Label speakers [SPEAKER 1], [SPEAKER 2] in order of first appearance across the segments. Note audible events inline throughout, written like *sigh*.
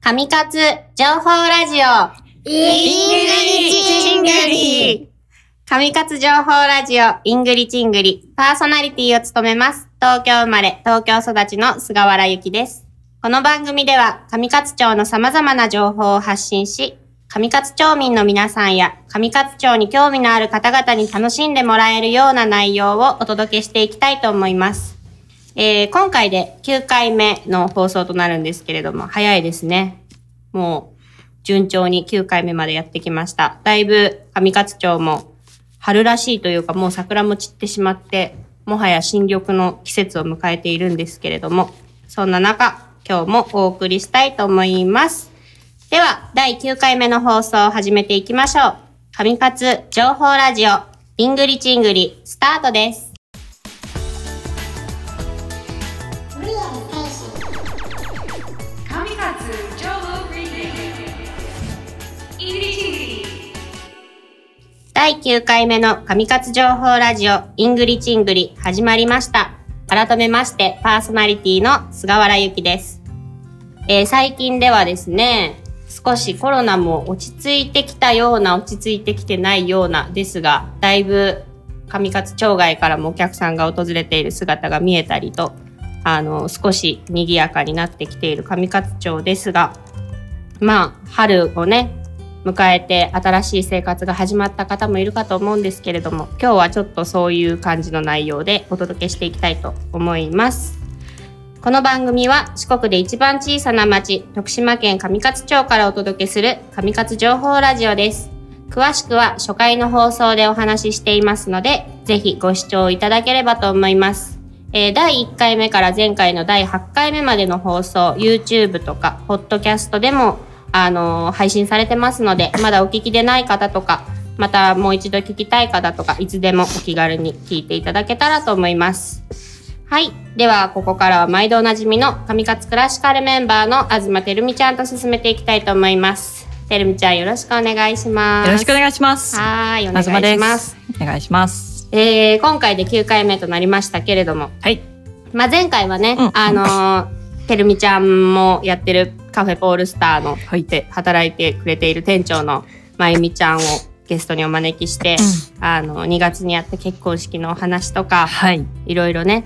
[SPEAKER 1] 神活情報ラジオ。
[SPEAKER 2] イングリッチチングリ
[SPEAKER 1] 神活情報ラジオ、イングリチングリ、パーソナリティを務めます。東京生まれ、東京育ちの菅原由紀です。この番組では、上勝町の様々な情報を発信し、上勝町民の皆さんや、上勝町に興味のある方々に楽しんでもらえるような内容をお届けしていきたいと思います。えー今回で9回目の放送となるんですけれども、早いですね。もう、順調に9回目までやってきました。だいぶ上勝町も春らしいというかもう桜も散ってしまって、もはや新緑の季節を迎えているんですけれども、そんな中、今日もお送りしたいと思います。では、第9回目の放送を始めていきましょう。上勝情報ラジオ、リングリチングリ、スタートです。
[SPEAKER 2] 神勝情報リレーイングリッチ
[SPEAKER 1] 第9回目の上勝情報ラジオイングリチングリ始まりました。改めましてパーソナリティの菅原由紀です。えー最近ではですね、少しコロナも落ち着いてきたような落ち着いてきてないようなですが、だいぶ上勝町外からもお客さんが訪れている姿が見えたりと、あの、少し賑やかになってきている上勝町ですが、まあ、春をね、迎えて新しい生活が始まった方もいるかと思うんですけれども今日はちょっとそういう感じの内容でお届けしていきたいと思いますこの番組は四国で一番小さな町徳島県上勝町からお届けする上勝情報ラジオです詳しくは初回の放送でお話ししていますのでぜひご視聴いただければと思いますえー第1回目から前回の第8回目までの放送 YouTube とか Podcast でも、あのー配信されてますのでまだお聞きでない方とかまたもう一度聞きたい方とかいつでもお気軽に聞いていただけたらと思いますはいではここからは毎度おなじみの上勝クラシカルメンバーの東てるみちゃんと進めていきたいと思いますてるみちゃんよろしくお願いします
[SPEAKER 3] よろしくお願いします。
[SPEAKER 1] はーいお願
[SPEAKER 3] なずま
[SPEAKER 1] い
[SPEAKER 3] で
[SPEAKER 1] します
[SPEAKER 3] す。お願いします。
[SPEAKER 1] えー今回で9回目となりましたけれども、
[SPEAKER 3] はい。
[SPEAKER 1] まあ、前回はね、
[SPEAKER 3] うん
[SPEAKER 1] あのーてるみちゃんもやってるカフェポールスターの
[SPEAKER 3] はい
[SPEAKER 1] で働いてくれている店長のまゆみちゃんをゲストにお招きして、あの2月にやった結婚式のお話とか
[SPEAKER 3] はい。
[SPEAKER 1] いろいろね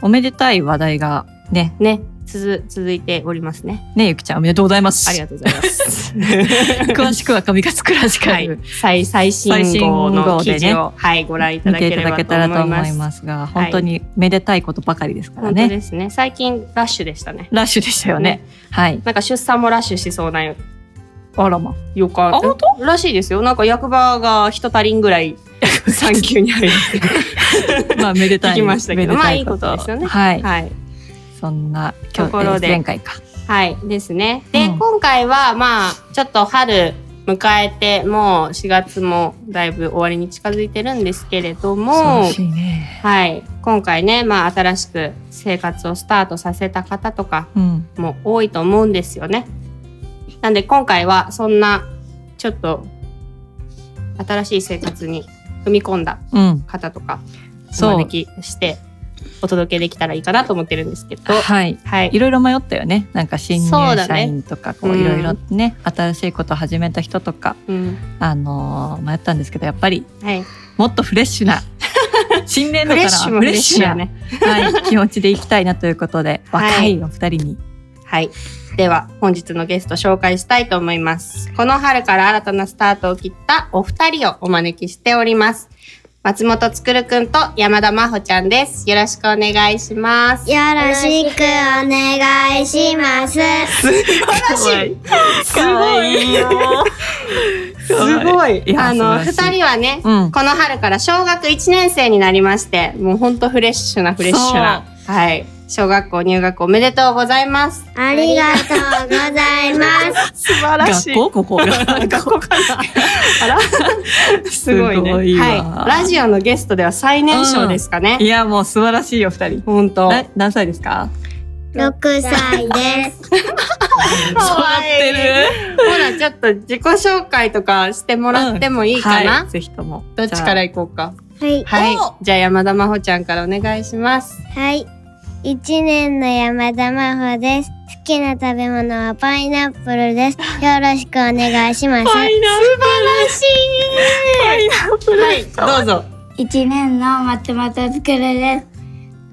[SPEAKER 3] おめでたい話題がね、
[SPEAKER 1] ねつづ続いておりますね。
[SPEAKER 3] ねゆきちゃんおめでとうございます。
[SPEAKER 1] ありがとうございます。
[SPEAKER 3] 詳しくは神勝クラシカ
[SPEAKER 1] は
[SPEAKER 3] ル
[SPEAKER 1] い、最最新号の記事
[SPEAKER 3] 最新
[SPEAKER 1] を、はいご覧いた
[SPEAKER 3] 見
[SPEAKER 1] だ
[SPEAKER 3] て
[SPEAKER 1] け
[SPEAKER 3] い
[SPEAKER 1] れ
[SPEAKER 3] た
[SPEAKER 1] ばと
[SPEAKER 3] だけたらと
[SPEAKER 1] 思
[SPEAKER 3] 思
[SPEAKER 1] いま
[SPEAKER 3] い
[SPEAKER 1] す。
[SPEAKER 3] ますが、
[SPEAKER 1] はい
[SPEAKER 3] 本当にめでたいことばかりですから
[SPEAKER 1] 本当
[SPEAKER 3] ね。
[SPEAKER 1] ですね。最近ラッシュでしたね。
[SPEAKER 3] ラッシュでしたよね。はい。
[SPEAKER 1] なんか出産もラッシュしそうな
[SPEAKER 3] あらま。
[SPEAKER 1] 予感
[SPEAKER 3] あ本
[SPEAKER 1] 当らしいですよなんか役場が人足りんぐらい産休に入る
[SPEAKER 3] まあめでたい。
[SPEAKER 1] 聞きましたけど
[SPEAKER 3] めでた
[SPEAKER 1] まあいいことですよね
[SPEAKER 3] はい。
[SPEAKER 1] はい
[SPEAKER 3] そんな今
[SPEAKER 1] ところ
[SPEAKER 3] 日
[SPEAKER 1] で
[SPEAKER 3] えー前回か。
[SPEAKER 1] はいですねで、
[SPEAKER 3] うん
[SPEAKER 1] 今回はまあちょっと春迎えてもう4月もだいぶ終わりに近づいてるんですけれども
[SPEAKER 3] 楽しいね。
[SPEAKER 1] はい今回ねまあ新しく生活をスタートさせた方とか
[SPEAKER 3] うん。
[SPEAKER 1] も多いと思うんですよね。なんで今回はそんなちょっと新しい生活に踏み込んだ
[SPEAKER 3] うん。
[SPEAKER 1] 方とかお
[SPEAKER 3] そう。
[SPEAKER 1] 招きしてお届けできたらいいかなと思ってるんですけど、
[SPEAKER 3] はい。
[SPEAKER 1] はい
[SPEAKER 3] い、ろいろ迷ったよねなんか新入
[SPEAKER 1] そうだ
[SPEAKER 3] 社
[SPEAKER 1] ね
[SPEAKER 3] 員とかこ
[SPEAKER 1] う
[SPEAKER 3] うんいろいろね新しいことを始めた人とか、
[SPEAKER 1] うん、
[SPEAKER 3] あのー迷ったんですけどやっぱり
[SPEAKER 1] はい、
[SPEAKER 3] もっとフレッシュ
[SPEAKER 1] *laughs*
[SPEAKER 3] な新年
[SPEAKER 1] フ
[SPEAKER 3] 度か
[SPEAKER 1] レッ
[SPEAKER 3] ら
[SPEAKER 1] シュ
[SPEAKER 3] は
[SPEAKER 1] も
[SPEAKER 3] フ
[SPEAKER 1] フ
[SPEAKER 3] レ
[SPEAKER 1] レ
[SPEAKER 3] ッ
[SPEAKER 1] ッ
[SPEAKER 3] シ
[SPEAKER 1] シュや
[SPEAKER 3] ュな、
[SPEAKER 1] ね。
[SPEAKER 3] はい、気持ちでいきたいなということで
[SPEAKER 1] *laughs* はい
[SPEAKER 3] 若いお二人に、
[SPEAKER 1] はい、では本日のゲスト紹介したいと思います。この春から新たなスタートを切ったお二人をお招きしております。松本つくるくんと山田真帆ちゃんです。よろしくお願いします。
[SPEAKER 4] よろしくお願いします。
[SPEAKER 1] 素晴らしい。
[SPEAKER 3] かわいいよ
[SPEAKER 1] すごい
[SPEAKER 3] いや
[SPEAKER 1] あの二
[SPEAKER 3] 素晴らしい
[SPEAKER 1] 人はね、
[SPEAKER 3] うん
[SPEAKER 1] この春から小学1年生になりましてもうほんとフレッシュなフレッシュな、はい、小学校入学おめでとうございます
[SPEAKER 4] ありがとうございます。
[SPEAKER 1] 素晴
[SPEAKER 3] 学校ここ
[SPEAKER 1] *laughs* 学校かなあらすごいね
[SPEAKER 3] *laughs* すごいわ
[SPEAKER 1] はい、ラジオのゲストでは最年少ですかね、
[SPEAKER 3] いやもう素晴らしいよ二人
[SPEAKER 1] ほんと
[SPEAKER 3] な何歳ですか
[SPEAKER 4] 6歳です。
[SPEAKER 1] かわいいほらちょっと自己紹介とかしてもらってもいいかな、
[SPEAKER 3] はい、ぜひとも
[SPEAKER 1] どっちから行こうか
[SPEAKER 4] はい。
[SPEAKER 1] はいじゃあ山田真帆ちゃんからお願いします
[SPEAKER 4] はい。
[SPEAKER 5] 一年の山田真帆です。好きな食べ物はパイナップルです。よろしくお願いします。
[SPEAKER 3] どうぞ。
[SPEAKER 5] 一年の松本つくるです。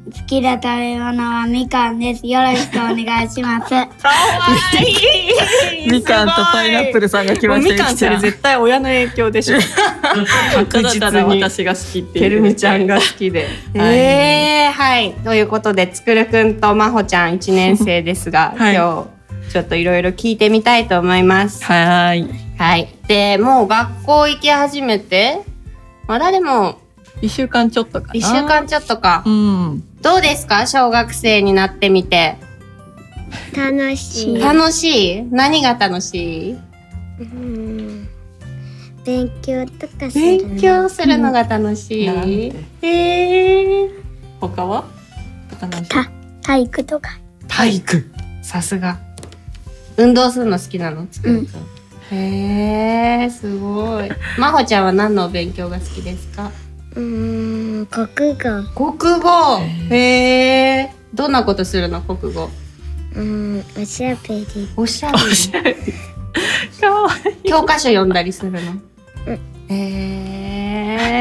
[SPEAKER 5] 好きな食べ物はみかんです。よろしくお願いします。
[SPEAKER 3] みかんとパイナップルさんが来ました。
[SPEAKER 6] みかんそれ絶対親の影響でしょ
[SPEAKER 3] た
[SPEAKER 6] 確
[SPEAKER 3] だた
[SPEAKER 6] 実
[SPEAKER 3] だ
[SPEAKER 6] に
[SPEAKER 3] 私が好きっていう。
[SPEAKER 6] てるみちゃんが好きで
[SPEAKER 3] はい
[SPEAKER 1] ええはい。ということで、つくるくんとまほちゃん1年生ですが、
[SPEAKER 3] *laughs* はい
[SPEAKER 1] 今日、ちょっといろいろ聞いてみたいと思います。
[SPEAKER 3] はーい。
[SPEAKER 1] はい。で、もう学校行き始めて、まだでも
[SPEAKER 3] 一週間ちょっとかな。
[SPEAKER 1] 1週。間ちょっとか
[SPEAKER 3] う。ん。
[SPEAKER 1] どうですか小学生になってみて。
[SPEAKER 5] 楽しい。
[SPEAKER 1] 楽しい何が楽しい
[SPEAKER 5] うん勉強とかする
[SPEAKER 1] 勉強するのが楽し
[SPEAKER 3] なん
[SPEAKER 1] い
[SPEAKER 3] て。
[SPEAKER 1] ええ
[SPEAKER 3] 他は？他何
[SPEAKER 5] た体育とか
[SPEAKER 1] 体育。さすが。運動するの好きなの
[SPEAKER 5] うん
[SPEAKER 1] へえ、すごい。まほちゃんは何のお勉強が好きですか。
[SPEAKER 5] うん国語
[SPEAKER 1] 国語。へえ。どんなことするの、国語。
[SPEAKER 5] うんおしゃべり
[SPEAKER 1] おしゃべり。
[SPEAKER 3] かわ
[SPEAKER 1] 教科書読んだりするの。へ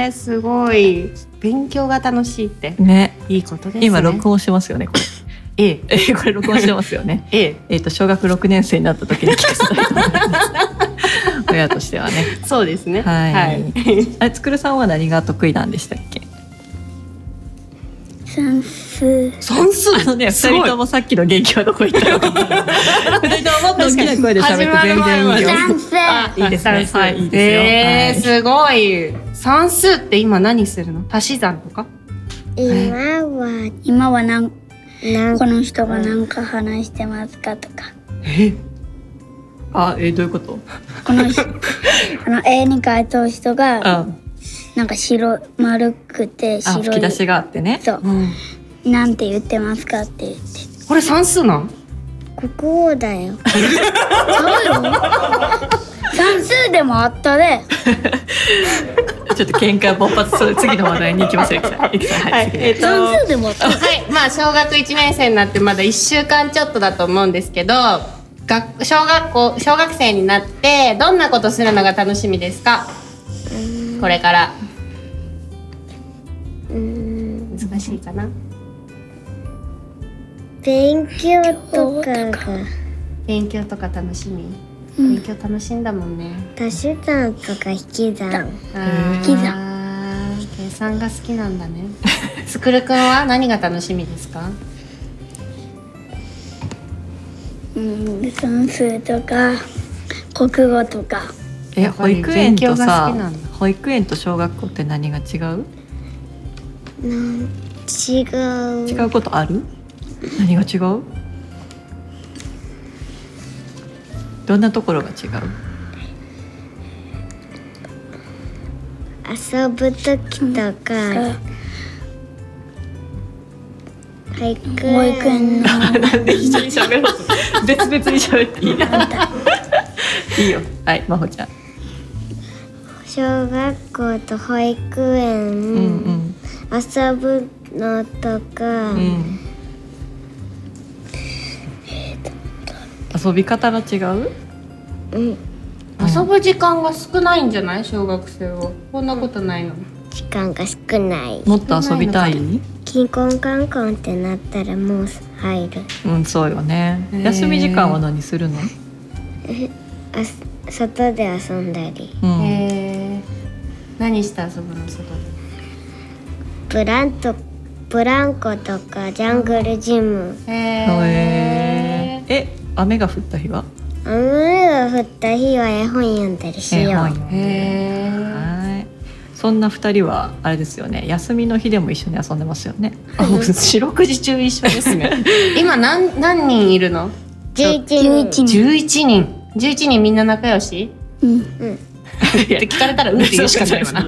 [SPEAKER 1] え、すごい。勉強が楽しいって。
[SPEAKER 3] いい。ね。
[SPEAKER 1] いいことですね。
[SPEAKER 3] 今録音してますよね。こ
[SPEAKER 1] ええ、
[SPEAKER 3] れ *laughs* えこれ録音してますよね。
[SPEAKER 1] ええ、
[SPEAKER 3] えっと小学六年生になった時に聞かせたいと思います。 *laughs* 親としてはね。
[SPEAKER 1] そうですね。
[SPEAKER 3] はい。
[SPEAKER 1] はい。
[SPEAKER 3] あつくるさんは何が得意なんでしたっけ？
[SPEAKER 5] 算数
[SPEAKER 1] 算数。
[SPEAKER 3] あのね、
[SPEAKER 1] す
[SPEAKER 3] 二
[SPEAKER 1] ごい
[SPEAKER 3] 人ともさっきの元気はどこ行ったのか。二人とももっと大きな声で喋って全然いいよ。
[SPEAKER 5] 算数
[SPEAKER 1] あ
[SPEAKER 3] いいですね
[SPEAKER 1] 算数
[SPEAKER 3] はいいいですよ
[SPEAKER 1] えー
[SPEAKER 3] は
[SPEAKER 1] すごい。算数って今何するの？足し算とか？
[SPEAKER 5] 今は
[SPEAKER 7] 今はなん
[SPEAKER 5] なん
[SPEAKER 7] この人が何か話してますかとか
[SPEAKER 3] あ、えどういうこと？
[SPEAKER 7] この
[SPEAKER 5] *laughs*
[SPEAKER 7] 人あの絵に描いた人が
[SPEAKER 3] あ、
[SPEAKER 7] なんか白丸くて
[SPEAKER 3] あ
[SPEAKER 7] 白
[SPEAKER 3] 吹き出し
[SPEAKER 7] い
[SPEAKER 3] があってね。
[SPEAKER 7] そう
[SPEAKER 1] うん。
[SPEAKER 7] なんて言ってますかって言って
[SPEAKER 1] これ算数なん？
[SPEAKER 5] 国語
[SPEAKER 7] *laughs*
[SPEAKER 5] だよ
[SPEAKER 7] 算数でもあったで
[SPEAKER 3] ちょっと喧嘩勃発する次の話題に行きましょう。いきさんいきさんはい。次ね
[SPEAKER 7] 算数でもあった
[SPEAKER 1] はい、まあ小学1年生になってまだ1週間ちょっとだと思うんですけど学小学校小学生になってどんなことするのが楽しみですかこれから
[SPEAKER 5] うん
[SPEAKER 1] 難しいかな
[SPEAKER 5] 勉強とかが
[SPEAKER 1] 勉強とか楽しみ
[SPEAKER 7] うん
[SPEAKER 1] 勉強楽しんだもんね、
[SPEAKER 5] 足し算とか引き算
[SPEAKER 1] あー
[SPEAKER 7] 好き
[SPEAKER 1] 計算が好きなんだね *laughs* つくるくんは何が楽しみですか
[SPEAKER 7] うん算数とか国語とか
[SPEAKER 3] え、保育園と
[SPEAKER 1] やっぱ
[SPEAKER 3] さ
[SPEAKER 1] り勉強が好きなんだ、
[SPEAKER 3] 保育園と小学校って何が違う？
[SPEAKER 5] なん違う
[SPEAKER 3] 違うことある？何が違う？どんなところが違う？
[SPEAKER 5] 遊ぶ時とか保育
[SPEAKER 7] 保育園の
[SPEAKER 3] なんで一緒に喋ろうと別々に喋っていいないいよはいまほちゃん
[SPEAKER 5] 小学校と保育園、
[SPEAKER 3] うん
[SPEAKER 5] 遊ぶのとか、
[SPEAKER 3] うんうん遊び方が違う
[SPEAKER 1] 遊ぶ時間が少ないんじゃない小学生はこんなことないの、
[SPEAKER 5] 時間が少ない
[SPEAKER 3] もっと遊びたい
[SPEAKER 5] キンコンカンコンってなったらもう入る
[SPEAKER 3] うんそうよね
[SPEAKER 1] へー
[SPEAKER 3] 休み時間は何するの
[SPEAKER 5] あす外で遊んだり
[SPEAKER 3] うん
[SPEAKER 1] へー何して遊ぶの外で
[SPEAKER 5] ブラントブランコとかジャングルジム
[SPEAKER 1] へ
[SPEAKER 3] へーえ雨が降った日は
[SPEAKER 5] 雨が降った日は絵本読んだりし
[SPEAKER 3] 絵
[SPEAKER 5] よう
[SPEAKER 3] 本読ん
[SPEAKER 1] え。
[SPEAKER 3] ではいそんな二人はあれですよね休みの日でも一緒に遊んでますよね
[SPEAKER 1] あもう四六時中一緒ですね。 *laughs* 今何何人いるの？
[SPEAKER 5] 11人
[SPEAKER 7] 11人
[SPEAKER 1] 十一人。十一人みんな仲良し？
[SPEAKER 7] うん
[SPEAKER 1] って聞かれたらうんって言うしかないわ *laughs* な。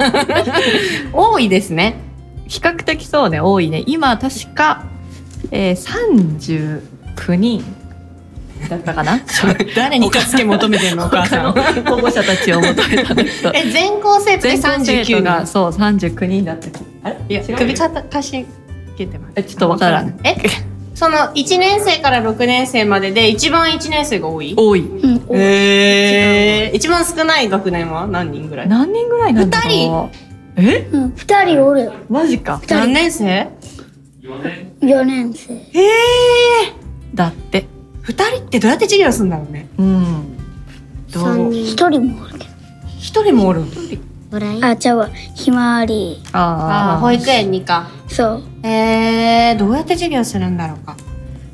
[SPEAKER 1] 多いですね。
[SPEAKER 3] 比較的そうね多いね今確か、えー、39人だった
[SPEAKER 1] *laughs*
[SPEAKER 3] かな *laughs*
[SPEAKER 1] 誰に助け求めてるのお母さん。
[SPEAKER 3] 保護者たちを求め
[SPEAKER 1] *laughs*
[SPEAKER 3] たんだけど
[SPEAKER 1] え全校生徒で
[SPEAKER 3] 全校
[SPEAKER 1] 三十
[SPEAKER 3] 生
[SPEAKER 1] 九
[SPEAKER 3] 徒が
[SPEAKER 1] 人。
[SPEAKER 3] そう39人だったあれ
[SPEAKER 1] いや
[SPEAKER 3] 違う
[SPEAKER 1] 首かたかし
[SPEAKER 3] 聞いてます。え、ちょっとわからない。
[SPEAKER 1] え
[SPEAKER 8] その1年生から6年生までで一番1年生が多い
[SPEAKER 3] 多い。
[SPEAKER 8] えー、一番少ない学年は何人ぐらい
[SPEAKER 3] 何人ぐらいなんだろう。え、
[SPEAKER 9] うん、二人おる。
[SPEAKER 3] マジか。
[SPEAKER 9] 人
[SPEAKER 8] 何年生
[SPEAKER 9] 四年生。
[SPEAKER 8] ええ
[SPEAKER 3] だって。
[SPEAKER 8] ー、2人ってどうやって授業するんだろうね
[SPEAKER 3] うん。ど
[SPEAKER 1] 三
[SPEAKER 3] う。
[SPEAKER 1] 人
[SPEAKER 9] 一人もおるけど。
[SPEAKER 8] 一人もおる
[SPEAKER 1] ぐらい
[SPEAKER 9] あ、ちゃうわ。ひまわり。
[SPEAKER 1] あ
[SPEAKER 3] あ
[SPEAKER 1] ー
[SPEAKER 3] あ、
[SPEAKER 1] 保育園にか。
[SPEAKER 9] そう。
[SPEAKER 1] えー、どうやって授業するんだろうか。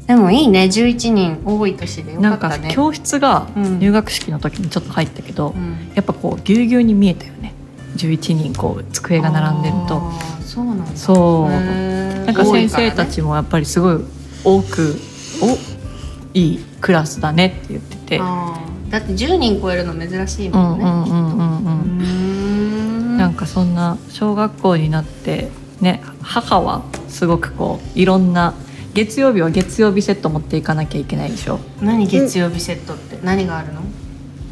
[SPEAKER 1] でもいいね、11人多い年でよ
[SPEAKER 3] な
[SPEAKER 1] かっ
[SPEAKER 3] んか
[SPEAKER 1] たね。
[SPEAKER 3] 教室が
[SPEAKER 1] うん
[SPEAKER 3] 入学式の時にちょっと入ったけど、
[SPEAKER 1] うん
[SPEAKER 3] やっぱこうぎゅうぎゅうに見えたよね11人こう机が並んでると
[SPEAKER 1] あーそうなんだ。
[SPEAKER 3] そう、
[SPEAKER 1] な
[SPEAKER 3] なんか先生たちもやっぱりすごい多くおいいクラスだねって言ってて、うん
[SPEAKER 1] だって10人超えるの珍しいうも
[SPEAKER 3] ん
[SPEAKER 1] ん
[SPEAKER 3] う
[SPEAKER 1] ね。
[SPEAKER 3] んうんうん
[SPEAKER 1] うん
[SPEAKER 3] なんかそんな小学校になってね母はすごくこういろんな月曜日は月曜日セット持っていかなきゃいけないでしょ
[SPEAKER 1] 何月曜日セットって何があるの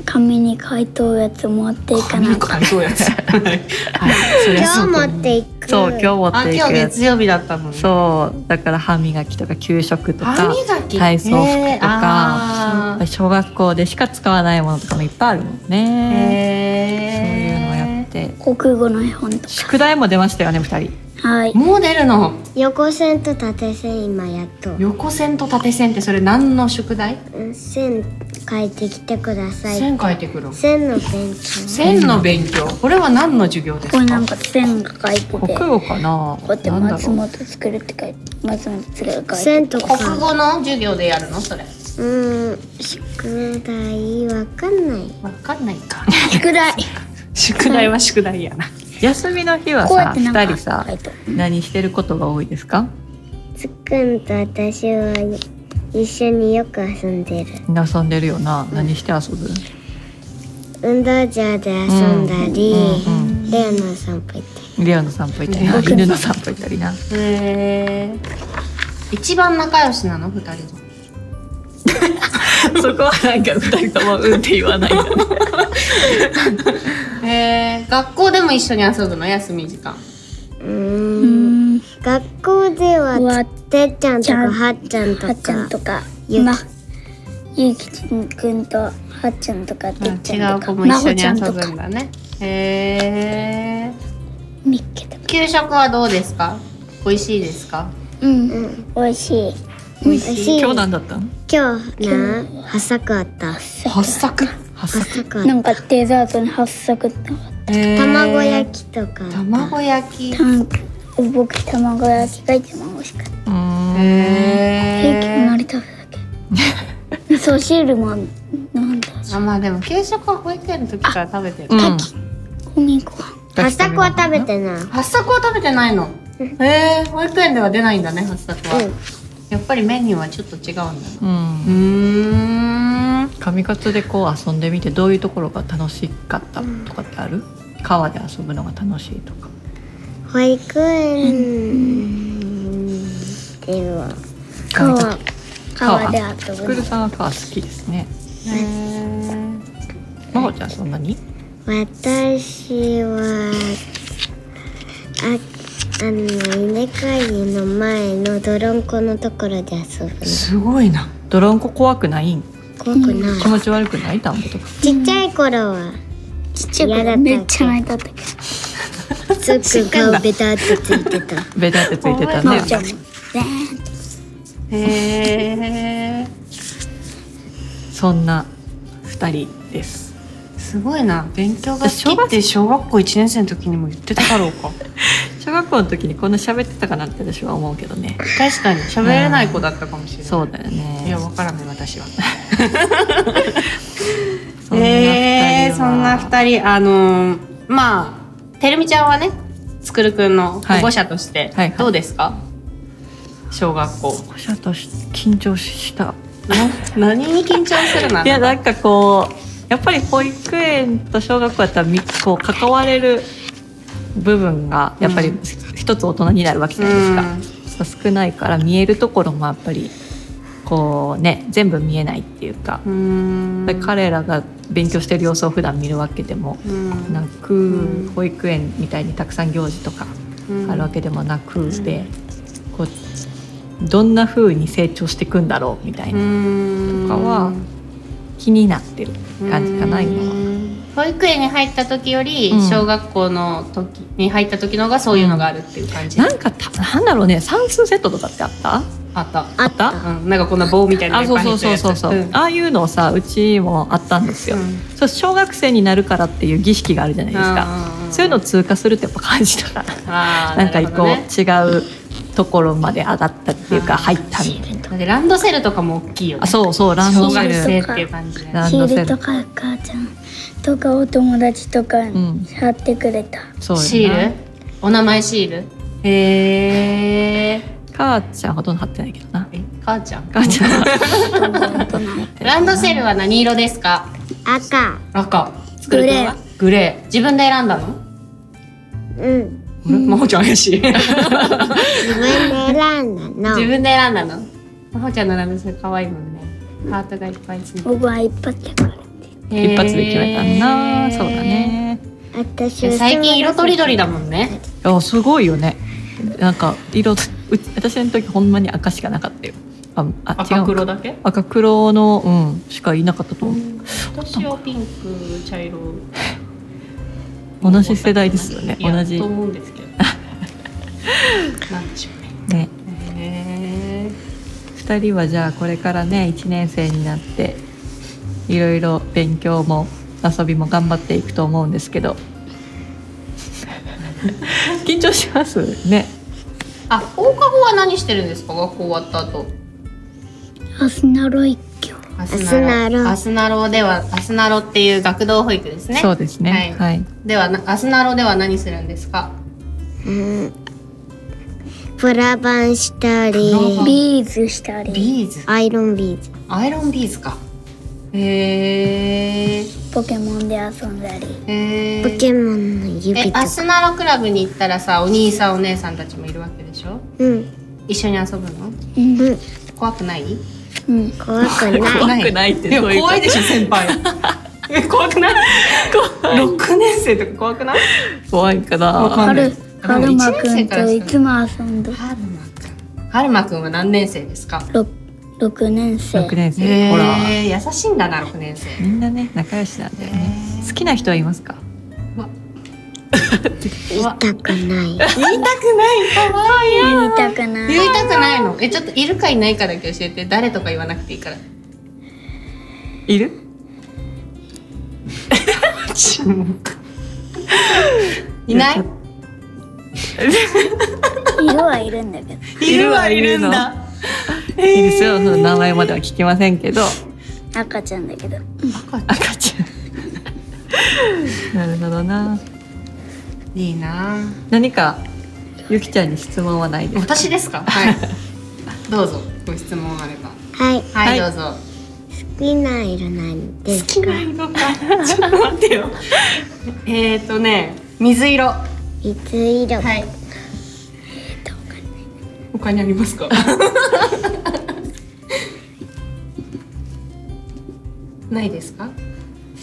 [SPEAKER 9] 紙に書いとうやつ持っていかなきゃ。
[SPEAKER 8] いそうや
[SPEAKER 1] *laughs*
[SPEAKER 8] つ
[SPEAKER 9] 今日持っていく。
[SPEAKER 3] そう今日持っ
[SPEAKER 1] あ
[SPEAKER 3] てい
[SPEAKER 1] 今
[SPEAKER 3] く
[SPEAKER 1] 日
[SPEAKER 3] やつ
[SPEAKER 1] 月曜日だったもんね。
[SPEAKER 3] そうだから歯磨きとか給食と
[SPEAKER 1] 歯
[SPEAKER 3] か
[SPEAKER 1] 磨き
[SPEAKER 3] 体操服とか
[SPEAKER 1] へーあー
[SPEAKER 3] 小学校でしか使わないものとかもいっぱいあるもんね、
[SPEAKER 1] へ
[SPEAKER 3] そ
[SPEAKER 1] ー
[SPEAKER 3] ういうのをやって
[SPEAKER 9] 国語の絵本とか。
[SPEAKER 3] 宿題も出ましたよね2人
[SPEAKER 9] はい。
[SPEAKER 1] もう出るの
[SPEAKER 5] 横線と縦線今やっと、
[SPEAKER 1] 横線と縦線ってそれ何の宿題
[SPEAKER 5] うん線書いてきてください
[SPEAKER 1] 線書いてくる
[SPEAKER 5] 線の勉強
[SPEAKER 1] 線の勉強これは何の授業です
[SPEAKER 9] これな
[SPEAKER 1] か
[SPEAKER 9] んか線が書いてて。
[SPEAKER 3] 国語かな
[SPEAKER 9] こうやって
[SPEAKER 3] なんだ
[SPEAKER 9] 松
[SPEAKER 3] ろう
[SPEAKER 9] 本作るって書いて松本作る書いて
[SPEAKER 5] 線とか
[SPEAKER 1] 国語の授業でやるのそれ
[SPEAKER 5] うん宿題わかんない
[SPEAKER 1] わかんないか
[SPEAKER 9] 宿題
[SPEAKER 8] 宿題は宿題やな
[SPEAKER 3] 休みの日は
[SPEAKER 9] こうや
[SPEAKER 3] さ
[SPEAKER 9] ってなん
[SPEAKER 3] 2
[SPEAKER 9] か
[SPEAKER 3] 人さ
[SPEAKER 9] 書いてる
[SPEAKER 3] 何してることが多いですか
[SPEAKER 5] つっくんと私はい一緒によく遊んでる
[SPEAKER 3] 遊んでるよな何して遊ぶ、
[SPEAKER 5] 運動場で遊んだり、
[SPEAKER 3] うんうん
[SPEAKER 5] レオの散歩行ったり
[SPEAKER 3] レオの散歩行ったりな犬の散歩行ったり
[SPEAKER 9] *laughs*
[SPEAKER 3] な
[SPEAKER 1] へえ一番仲良しなの二人の
[SPEAKER 3] そこはなんか2人とも「うん」って言わないよね
[SPEAKER 1] へえ学校でも一緒に遊ぶの休み時間
[SPEAKER 5] うーん学校では
[SPEAKER 9] うわ
[SPEAKER 5] てっちゃんと
[SPEAKER 9] ちゃ
[SPEAKER 5] か
[SPEAKER 9] ん
[SPEAKER 5] はっちゃんと
[SPEAKER 9] はっちゃん
[SPEAKER 5] か
[SPEAKER 9] とか
[SPEAKER 5] ゆき
[SPEAKER 9] まゆうきちくんとはっちゃんとかてっち
[SPEAKER 1] 違
[SPEAKER 9] ゃん
[SPEAKER 1] う
[SPEAKER 9] と
[SPEAKER 1] 子
[SPEAKER 9] か
[SPEAKER 1] も一
[SPEAKER 9] ま
[SPEAKER 1] 緒
[SPEAKER 9] ほ
[SPEAKER 1] に
[SPEAKER 9] ちゃ
[SPEAKER 1] 遊
[SPEAKER 9] んと
[SPEAKER 1] ぶん
[SPEAKER 9] か
[SPEAKER 1] だねへえ
[SPEAKER 9] みっけとか
[SPEAKER 1] 給食はどうですか美味しいですか
[SPEAKER 9] うん
[SPEAKER 5] うん
[SPEAKER 9] 美味しい
[SPEAKER 5] 美味しい
[SPEAKER 3] 今日何だったの
[SPEAKER 5] 今日な八作あった
[SPEAKER 8] 発作
[SPEAKER 5] 八作あっ
[SPEAKER 9] な
[SPEAKER 5] た
[SPEAKER 9] んかデザートに発作って
[SPEAKER 5] 卵焼
[SPEAKER 1] き
[SPEAKER 5] きとか
[SPEAKER 1] 卵焼き
[SPEAKER 9] たん僕卵焼きが一番美味しかった
[SPEAKER 3] うーん
[SPEAKER 9] ケーキ
[SPEAKER 1] へ
[SPEAKER 9] も
[SPEAKER 1] え
[SPEAKER 9] り食べだけ味噌汁も飲んだし
[SPEAKER 1] あまあでも給食は保育園の時から食べてる
[SPEAKER 3] うん
[SPEAKER 9] 米ご飯
[SPEAKER 5] 八作は食べてない
[SPEAKER 1] 八作は食べてないのへえ保育園では出ないんだね八作は、
[SPEAKER 5] うん
[SPEAKER 1] やっぱりメニューはちょっと違うんだな
[SPEAKER 3] う
[SPEAKER 1] うんーん
[SPEAKER 3] 神活でこう遊んでみてどういうところが楽しかったとかってある、川で遊ぶのが楽しいとか
[SPEAKER 5] 保育園では
[SPEAKER 3] 神
[SPEAKER 9] 川
[SPEAKER 3] 川
[SPEAKER 9] 川で遊ぶ
[SPEAKER 3] つ
[SPEAKER 9] の
[SPEAKER 3] くるさんは川好きですねまほちゃんそんなに
[SPEAKER 5] 私はああの稲刈りの前の泥んこのところで遊ぶの
[SPEAKER 8] すごいな
[SPEAKER 3] 泥んこ怖くないん
[SPEAKER 5] 怖くない
[SPEAKER 3] 気持ち悪くない田んぼとか
[SPEAKER 5] ちっちゃい頃は
[SPEAKER 9] ちっちゃい頃めっちゃ泣いたったけど
[SPEAKER 5] すぐ顔ベタってついてた
[SPEAKER 3] ベタってついてた
[SPEAKER 9] ま
[SPEAKER 3] ね
[SPEAKER 9] おちゃんも
[SPEAKER 1] へえ
[SPEAKER 3] そんな二人です
[SPEAKER 1] すごいな勉強が
[SPEAKER 3] 小
[SPEAKER 1] 好き
[SPEAKER 3] 学
[SPEAKER 1] って小学校1年生の時にも言ってただろうか
[SPEAKER 3] 小学校の時にこんな喋ってたかなって私は思うけどね
[SPEAKER 1] 確かに喋れない子だったかもしれない
[SPEAKER 3] そうだよ
[SPEAKER 1] い
[SPEAKER 3] ね
[SPEAKER 1] やわからない私は
[SPEAKER 3] *laughs* そんな
[SPEAKER 1] えー、
[SPEAKER 3] 二人
[SPEAKER 1] そんな
[SPEAKER 3] は
[SPEAKER 1] 二人あのーまあてるみちゃんはねつくるくんの保護者として、
[SPEAKER 3] はいはい
[SPEAKER 1] どうですか、小学校
[SPEAKER 3] 保護者とし緊張した
[SPEAKER 1] *laughs* 何に緊張するない
[SPEAKER 3] やなんかこうやっぱり保育園と小学校だったらみこう関われる部分がやっぱり
[SPEAKER 1] うん
[SPEAKER 3] 一つ大人になるわけじゃないですか、そう少ないから見えるところもやっぱりこうね全部見えないっていうか
[SPEAKER 1] う、ん
[SPEAKER 3] で彼らが勉強してる様子を普段見るわけでも
[SPEAKER 1] うん
[SPEAKER 3] なく、
[SPEAKER 1] うん
[SPEAKER 3] 保育園みたいにたくさん行事とか
[SPEAKER 1] うん
[SPEAKER 3] あるわけでもなくで、こうどんな風に成長していくんだろうみたいな
[SPEAKER 1] ーん
[SPEAKER 3] とかは気になってる感じかな今は。
[SPEAKER 1] 保育園に入った時より
[SPEAKER 3] うん
[SPEAKER 1] 小学校の時に入った時の方がそういうのがあるっていう感じ、
[SPEAKER 3] なんかたなんだろうね算数セットとかってあった
[SPEAKER 1] あった
[SPEAKER 3] あった
[SPEAKER 1] うん、なんかこんな棒みたいなの
[SPEAKER 3] あ
[SPEAKER 1] いっ
[SPEAKER 3] そう
[SPEAKER 1] ぱい入
[SPEAKER 3] そう
[SPEAKER 1] ってる
[SPEAKER 3] そう
[SPEAKER 1] やつ
[SPEAKER 3] そうそう、
[SPEAKER 1] ん
[SPEAKER 3] ああいうのをさうちもあったんですよ、そう小学生になるからっていう儀式があるじゃないですか、そういうのを通過するってやっぱ感じ
[SPEAKER 1] *laughs*
[SPEAKER 3] たから
[SPEAKER 1] な
[SPEAKER 3] *laughs* なんかこう、違うところまで上がったっていうか入ったみたいな
[SPEAKER 1] だってランドセルとかも大きいよね
[SPEAKER 3] あそうそうランド
[SPEAKER 1] 小
[SPEAKER 3] セ
[SPEAKER 1] 学生
[SPEAKER 3] ル
[SPEAKER 1] っていう感じで
[SPEAKER 3] ラン
[SPEAKER 9] シ
[SPEAKER 3] ド
[SPEAKER 9] ー
[SPEAKER 3] セ
[SPEAKER 9] ルと
[SPEAKER 3] ル
[SPEAKER 9] か母ちゃんとかお友達とか
[SPEAKER 3] うん
[SPEAKER 9] 貼ってくれた、
[SPEAKER 3] そうよな
[SPEAKER 1] シールお名前シールへえ
[SPEAKER 3] 母ちゃんほとんど貼ってないけどな
[SPEAKER 1] え母ちゃん
[SPEAKER 3] 母ちゃんは
[SPEAKER 1] *laughs* ランドセルは何色ですか
[SPEAKER 5] 赤
[SPEAKER 1] 赤作るのはグレー自分で選んだの
[SPEAKER 5] うん
[SPEAKER 1] 真帆ちゃん怪しい自
[SPEAKER 5] 自分で選んだの
[SPEAKER 1] 分で選んだの真帆ちゃんのランドセル可愛いもんねハートがいっぱいついて
[SPEAKER 9] 僕は一発だから
[SPEAKER 3] *laughs* 一発で決めたんなそうだね
[SPEAKER 5] 私は
[SPEAKER 1] 最近色とりどりだもんね
[SPEAKER 3] あすごいよねなんか色うち私の時ほんまに赤しかなかったよああ違うのか
[SPEAKER 1] だけ
[SPEAKER 3] 赤黒の、うん、しかいなかったと思う、
[SPEAKER 1] 私はピンク茶色
[SPEAKER 3] 同じ世代ですよね
[SPEAKER 1] いや
[SPEAKER 3] 同じ
[SPEAKER 1] と思うん
[SPEAKER 3] *laughs*
[SPEAKER 1] ですけどなんでしょうね
[SPEAKER 3] ね
[SPEAKER 1] へー
[SPEAKER 3] 2人はじゃあこれからね1年生になっていろいろ勉強も遊びも頑張っていくと思うんですけ
[SPEAKER 1] *laughs*
[SPEAKER 3] ど緊張しますね
[SPEAKER 1] あ放課後は何してるんですか学校終わった後
[SPEAKER 9] アスナロイキョ
[SPEAKER 1] ア
[SPEAKER 5] スナロ
[SPEAKER 1] アスナロではアスナロっていう学童保育ですね
[SPEAKER 3] そうですね
[SPEAKER 1] は
[SPEAKER 3] はい、
[SPEAKER 1] ではなアスナロでは何するんですか
[SPEAKER 5] うんプラバンしたり
[SPEAKER 9] ビーズしたり
[SPEAKER 1] ビーズ
[SPEAKER 5] アイロンビーズ
[SPEAKER 1] アイロンビーズかへえ
[SPEAKER 9] ポケモンで遊んだり
[SPEAKER 1] へ
[SPEAKER 5] ポ
[SPEAKER 1] ー
[SPEAKER 5] ケモンの指
[SPEAKER 1] え
[SPEAKER 5] と
[SPEAKER 1] ア
[SPEAKER 5] か
[SPEAKER 1] スナロクラブに行ったらさお兄さんお姉さんたちもいるわけでしょ
[SPEAKER 5] うん
[SPEAKER 1] 一緒に遊ぶの
[SPEAKER 5] うん
[SPEAKER 1] 怖くない
[SPEAKER 5] 怖くない
[SPEAKER 3] 怖くないってそういうこと
[SPEAKER 1] 怖いでしょ先輩え怖くない六年生とか怖くない
[SPEAKER 3] 怖いか
[SPEAKER 1] わかんな
[SPEAKER 3] な
[SPEAKER 9] 春
[SPEAKER 1] い
[SPEAKER 9] 春馬くんといつ
[SPEAKER 1] も
[SPEAKER 9] も遊んど
[SPEAKER 1] 春馬くん春馬くんは何年生ですか
[SPEAKER 9] 六六年生
[SPEAKER 3] 6年生
[SPEAKER 1] へ
[SPEAKER 3] ほら
[SPEAKER 1] え優しいんだな6年生
[SPEAKER 3] みんなね仲良しなんだよね好きな人はいますか
[SPEAKER 1] 言いた
[SPEAKER 5] 痛くない
[SPEAKER 1] くないかわい
[SPEAKER 9] 言いたくない
[SPEAKER 1] 言いたくないのえちょっといるかいないかだけ教えて誰とか言わなくていいから
[SPEAKER 3] いる
[SPEAKER 1] いない
[SPEAKER 3] や
[SPEAKER 9] 色はいるんだけ
[SPEAKER 3] いるはいるんだいいですよその名前までは聞きませんけど
[SPEAKER 9] ど赤ちゃんだけど
[SPEAKER 3] 赤ちゃん *laughs* なるほどない
[SPEAKER 1] いな
[SPEAKER 3] 何かゆきちゃんに質問はないですか
[SPEAKER 1] 私ですかはい *laughs* どうぞご質問あれば
[SPEAKER 5] はい
[SPEAKER 1] は
[SPEAKER 3] はい
[SPEAKER 1] い、どうぞ
[SPEAKER 5] 好きな色なんですか
[SPEAKER 1] 色かちょっと待ってよえっとね水色は
[SPEAKER 5] 水色、
[SPEAKER 1] い他にありますか *laughs* ないですか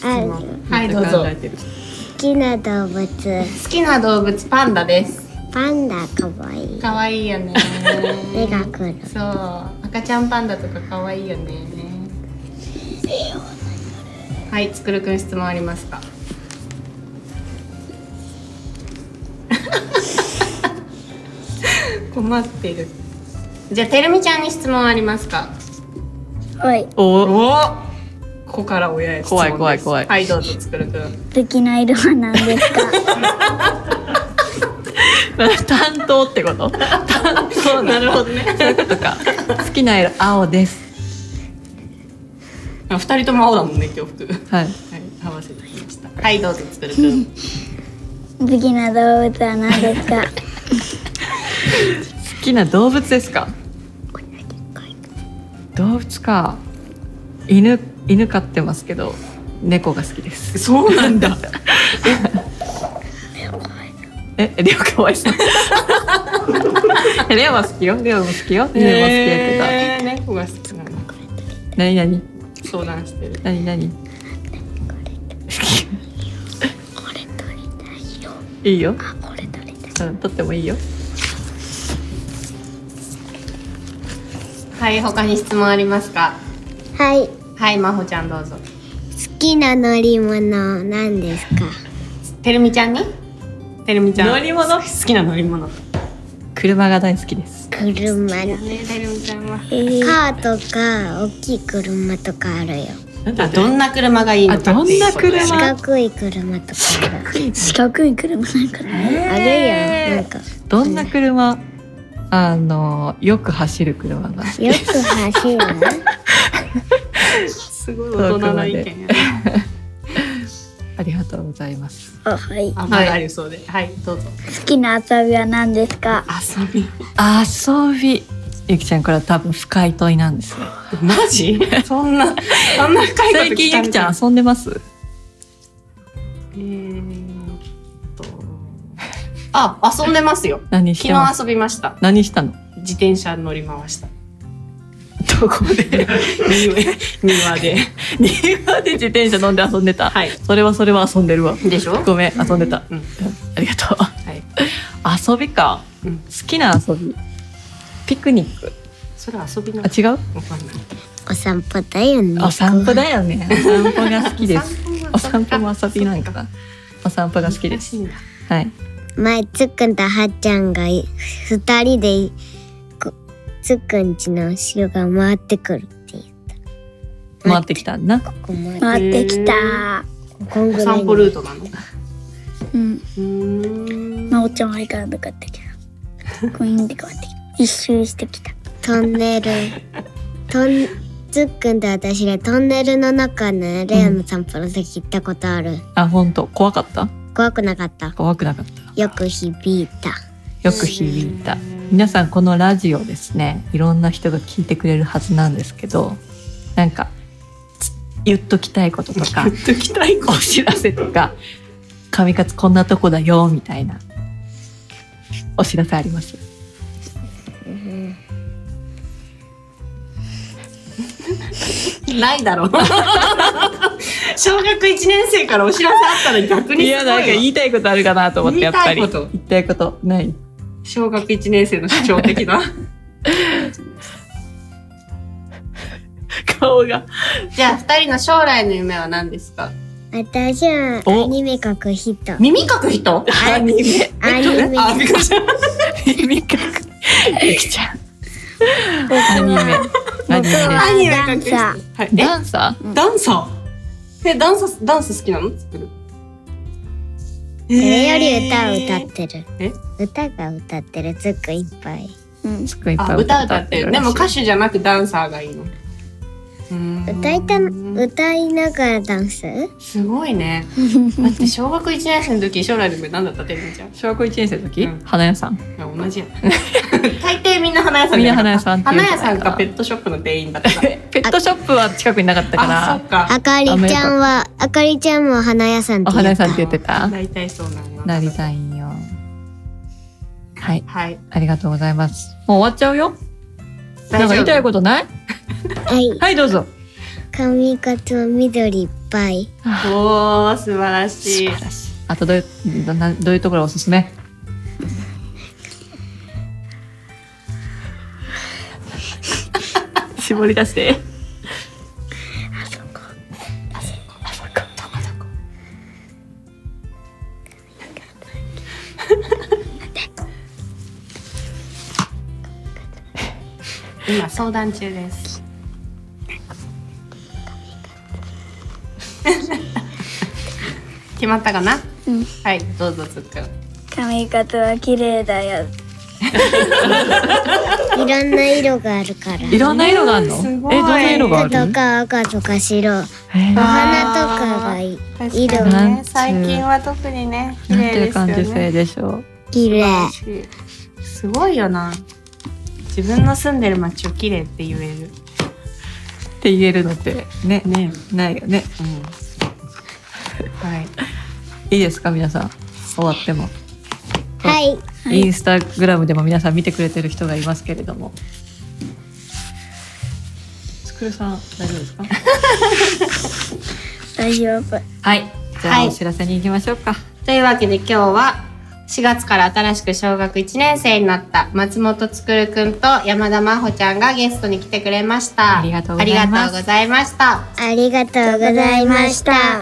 [SPEAKER 5] ある
[SPEAKER 1] はいどうぞ
[SPEAKER 3] 考えてる
[SPEAKER 5] 好きな動物
[SPEAKER 1] 好きな動物パンダです
[SPEAKER 5] パンダかわいい
[SPEAKER 1] 可愛いよね *laughs*
[SPEAKER 5] 目が黒い
[SPEAKER 1] そう赤ちゃんパンダとか可愛いよねはいつくるくん質問ありますか *laughs* 困ってるじゃあてるみちゃんに質問ありますか
[SPEAKER 9] はい
[SPEAKER 3] お
[SPEAKER 1] おここから親へ質問です
[SPEAKER 3] 怖い怖い怖い
[SPEAKER 1] はいどうぞつくるくん
[SPEAKER 9] 好きな色は何です
[SPEAKER 1] *laughs*
[SPEAKER 9] か
[SPEAKER 3] 担当ってこと *laughs* 担当なるほどねそういうことか好きな色青です
[SPEAKER 1] あ二人とも青だもんね今日服はい
[SPEAKER 3] はい
[SPEAKER 1] 合わせてきましたはいどうぞつくるくん
[SPEAKER 3] *laughs*
[SPEAKER 9] 好きな動物は何ですか
[SPEAKER 3] 好きな動物ですか動物か犬犬飼ってますけど猫が好きです
[SPEAKER 1] そうなんだ
[SPEAKER 3] *laughs* え、レオかわいそう。 *laughs* レオは好きよ。レオも好きよ。レオも好きやけど。
[SPEAKER 1] えー猫が好きなの
[SPEAKER 3] なになに
[SPEAKER 1] 相談してる
[SPEAKER 3] なに *laughs* なに。いいよ。
[SPEAKER 9] これ取りたい
[SPEAKER 3] うん、とってもいいよ。
[SPEAKER 1] はい、他に質問ありますか
[SPEAKER 5] はい。
[SPEAKER 1] はい、まほちゃんどうぞ。
[SPEAKER 5] 好きな乗り物なんですか。
[SPEAKER 1] てるみちゃんにてるみちゃん。
[SPEAKER 3] 乗り物
[SPEAKER 1] 好きな乗り物。
[SPEAKER 3] 車が大好きです
[SPEAKER 5] 車。
[SPEAKER 1] てるみちゃんは。
[SPEAKER 5] カーとか大きい車とかあるよ。
[SPEAKER 1] あどんな車がいいの
[SPEAKER 3] あ
[SPEAKER 1] かってい
[SPEAKER 3] ど
[SPEAKER 1] う
[SPEAKER 3] んな
[SPEAKER 5] 四
[SPEAKER 3] 車
[SPEAKER 5] 角い車とかある。
[SPEAKER 9] 四角い車なんかね
[SPEAKER 5] あるよ。なんか
[SPEAKER 3] どんな車あのよく走る車が
[SPEAKER 5] よく走る。
[SPEAKER 1] すごい
[SPEAKER 3] 大人の意
[SPEAKER 1] や
[SPEAKER 3] 見ありがとうございます
[SPEAKER 9] あはい好
[SPEAKER 1] あまだあるそうではいどうぞ
[SPEAKER 9] きな遊びは何ですか
[SPEAKER 1] 遊び
[SPEAKER 3] 遊びゆきちゃんこれは多分深い問いなんですね
[SPEAKER 1] マジそんなそんな深いこと聞
[SPEAKER 3] 最近
[SPEAKER 1] か
[SPEAKER 3] ゆ
[SPEAKER 1] れ
[SPEAKER 3] き
[SPEAKER 1] て
[SPEAKER 3] ちゃ
[SPEAKER 1] も
[SPEAKER 3] ん遊んでます
[SPEAKER 1] えーっとあ遊んでますよ
[SPEAKER 3] 何し
[SPEAKER 1] 昨
[SPEAKER 3] てます
[SPEAKER 1] 日遊びました
[SPEAKER 3] 何したの
[SPEAKER 1] 自転車乗り回
[SPEAKER 3] *laughs*
[SPEAKER 1] したどこ *laughs* で庭で
[SPEAKER 3] 庭で自転車乗んで遊んでた、
[SPEAKER 1] はい
[SPEAKER 3] それはそれは遊んでるわ
[SPEAKER 1] でしょ
[SPEAKER 3] ごめん遊んでた、
[SPEAKER 1] うん
[SPEAKER 3] ありがとう、
[SPEAKER 1] い
[SPEAKER 3] 遊びか、
[SPEAKER 1] うん
[SPEAKER 3] 好きな遊びピクニック
[SPEAKER 1] それ遊びな
[SPEAKER 3] あ
[SPEAKER 1] の
[SPEAKER 3] 違う
[SPEAKER 1] わかんない
[SPEAKER 5] お散歩だよね。
[SPEAKER 3] お散歩だよねお散歩が好きですお
[SPEAKER 1] お
[SPEAKER 3] 散歩も遊びなんか
[SPEAKER 1] か
[SPEAKER 3] なお散歩が好きです
[SPEAKER 1] す
[SPEAKER 3] はい
[SPEAKER 5] 前つっくんとはっちゃんがい二人でいこつっくんちの後ろが回ってくるって言う
[SPEAKER 3] 回ってきたんだ
[SPEAKER 5] ここまで
[SPEAKER 9] 回ってきた
[SPEAKER 5] こん
[SPEAKER 1] お
[SPEAKER 5] ぐらい
[SPEAKER 1] 散歩ルートなのう
[SPEAKER 9] うん
[SPEAKER 1] ーん
[SPEAKER 9] まおちゃんはいかがなかったけどグイーンって変わってきた一周してきた
[SPEAKER 5] トンネルトンつっくんと私らトンネルの中のレオの散歩の時行ったことある、
[SPEAKER 3] あ本当怖かった
[SPEAKER 5] 怖くなかった
[SPEAKER 3] 怖くなかった
[SPEAKER 5] よく響いた
[SPEAKER 3] よく響いた皆さんこのラジオですねいろんな人が聞いてくれるはずなんですけどなんかつ言っときたいこととか
[SPEAKER 1] 言っときたいこ
[SPEAKER 3] お知らせとか「神勝こんなとこだよ」みたいなお知らせあります
[SPEAKER 1] とないだろう *laughs* 小学一年生からお知らせあったら逆に
[SPEAKER 3] い
[SPEAKER 1] すごい
[SPEAKER 3] やなんか
[SPEAKER 1] わ
[SPEAKER 3] 言いたいことあるかなと思ってやっぱり
[SPEAKER 1] 言いたいこと
[SPEAKER 3] 言いたいことない
[SPEAKER 1] 小学1年生の主張的な
[SPEAKER 3] 顔が
[SPEAKER 1] *laughs* じゃあ2人の将来の夢は何ですか
[SPEAKER 5] 私は
[SPEAKER 3] お
[SPEAKER 5] アニメ描く人ア
[SPEAKER 1] 耳かく人
[SPEAKER 3] アニメ
[SPEAKER 5] ニメ
[SPEAKER 1] あ、びっくりした
[SPEAKER 3] 耳かくゆきちゃんアニメアニメで
[SPEAKER 1] アニメ
[SPEAKER 5] ダンサー
[SPEAKER 1] はい
[SPEAKER 3] すダンサー
[SPEAKER 1] え、ダンサーえ、ダンサ、ダンス好きなの作る
[SPEAKER 5] それより歌を歌ってる
[SPEAKER 1] え
[SPEAKER 5] 歌が歌ってるつっくんいっぱい
[SPEAKER 9] うん
[SPEAKER 3] すっごいいっぱ
[SPEAKER 1] あ、
[SPEAKER 3] い
[SPEAKER 1] 歌歌ってる。でも歌手じゃなくダンサーがいいの。うーん
[SPEAKER 5] 歌いた歌いながらダンス
[SPEAKER 1] すごい
[SPEAKER 3] *laughs*
[SPEAKER 1] ね。だって小学1年生の時将来の夢何だったてるみちゃん。
[SPEAKER 3] 小学校1年生の時、
[SPEAKER 1] うん
[SPEAKER 3] 花屋さん
[SPEAKER 1] いや同
[SPEAKER 3] *laughs*
[SPEAKER 1] じや。大抵みんな花屋さん
[SPEAKER 3] み
[SPEAKER 1] じ
[SPEAKER 3] んな
[SPEAKER 1] ゃ
[SPEAKER 3] 花
[SPEAKER 1] な
[SPEAKER 3] 屋
[SPEAKER 1] かった
[SPEAKER 3] さんってい
[SPEAKER 1] 花
[SPEAKER 3] うんじ
[SPEAKER 1] 屋
[SPEAKER 3] ゃない
[SPEAKER 1] さん
[SPEAKER 3] か
[SPEAKER 1] か
[SPEAKER 3] な
[SPEAKER 1] ペットショップの店員だ
[SPEAKER 3] *laughs*
[SPEAKER 1] った。
[SPEAKER 3] ペットショップは近くになかったか
[SPEAKER 1] あ、そ
[SPEAKER 3] ら
[SPEAKER 1] っか。
[SPEAKER 5] あかりちゃんはあかりちゃんも花屋さんっ
[SPEAKER 3] お
[SPEAKER 5] て言っ
[SPEAKER 3] 花屋さん
[SPEAKER 5] た
[SPEAKER 3] って言ってた
[SPEAKER 1] 大体そうなの。
[SPEAKER 3] なりたいんよはい
[SPEAKER 1] はい。
[SPEAKER 3] ありがとうございますもう終わっちゃうよ
[SPEAKER 1] 大
[SPEAKER 3] なん
[SPEAKER 1] 丈
[SPEAKER 3] か言い
[SPEAKER 1] 夫
[SPEAKER 3] たいことない
[SPEAKER 5] はい
[SPEAKER 3] はいどうぞ
[SPEAKER 5] 髪型は緑いっぱい
[SPEAKER 1] おー、素晴らしい。
[SPEAKER 3] あとどういうどなどういうところおすすめ絞り出して
[SPEAKER 1] 今相談中です。決まったかな、はい、どうぞつっくん。
[SPEAKER 9] 髪型は綺麗だよ
[SPEAKER 5] いろんな色があるから
[SPEAKER 3] いろんな色があるの、
[SPEAKER 1] えーすごい
[SPEAKER 3] えどんな色があ
[SPEAKER 5] 赤
[SPEAKER 3] るの
[SPEAKER 5] とか赤とか白
[SPEAKER 3] えー
[SPEAKER 5] お
[SPEAKER 3] な
[SPEAKER 5] 花とかがい色
[SPEAKER 3] かにね
[SPEAKER 1] ね、最近は特にね、綺
[SPEAKER 3] ん
[SPEAKER 1] 麗
[SPEAKER 3] て
[SPEAKER 1] ですよ
[SPEAKER 3] 感受
[SPEAKER 1] ね。
[SPEAKER 3] 性でしょう
[SPEAKER 5] 綺麗
[SPEAKER 1] すごいよな。自分の住んでる街を綺麗って言える。
[SPEAKER 3] って言えるのってね
[SPEAKER 1] ね、
[SPEAKER 3] ないよね
[SPEAKER 1] うん。はい。
[SPEAKER 3] いいですか皆さん終わっても
[SPEAKER 5] はい
[SPEAKER 3] インスタグラムでも皆さん見てくれてる人がいますけれども。つくるさん大丈夫です
[SPEAKER 1] *laughs*
[SPEAKER 3] か？
[SPEAKER 9] 大丈夫
[SPEAKER 3] はい。じゃあ、
[SPEAKER 10] はい
[SPEAKER 3] お知らせに行きましょうか。
[SPEAKER 10] というわけで今日は
[SPEAKER 1] 4月から新しく小学1年生になった松本つくるくんと山田真帆ちゃんがゲストに来てくれました。
[SPEAKER 3] ありがとうござ
[SPEAKER 1] あ
[SPEAKER 3] います
[SPEAKER 1] りがとうございました。
[SPEAKER 5] ありがとうございました。
[SPEAKER 1] はい、あ